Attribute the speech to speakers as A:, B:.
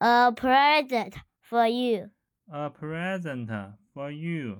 A: a present for you.
B: A present for you.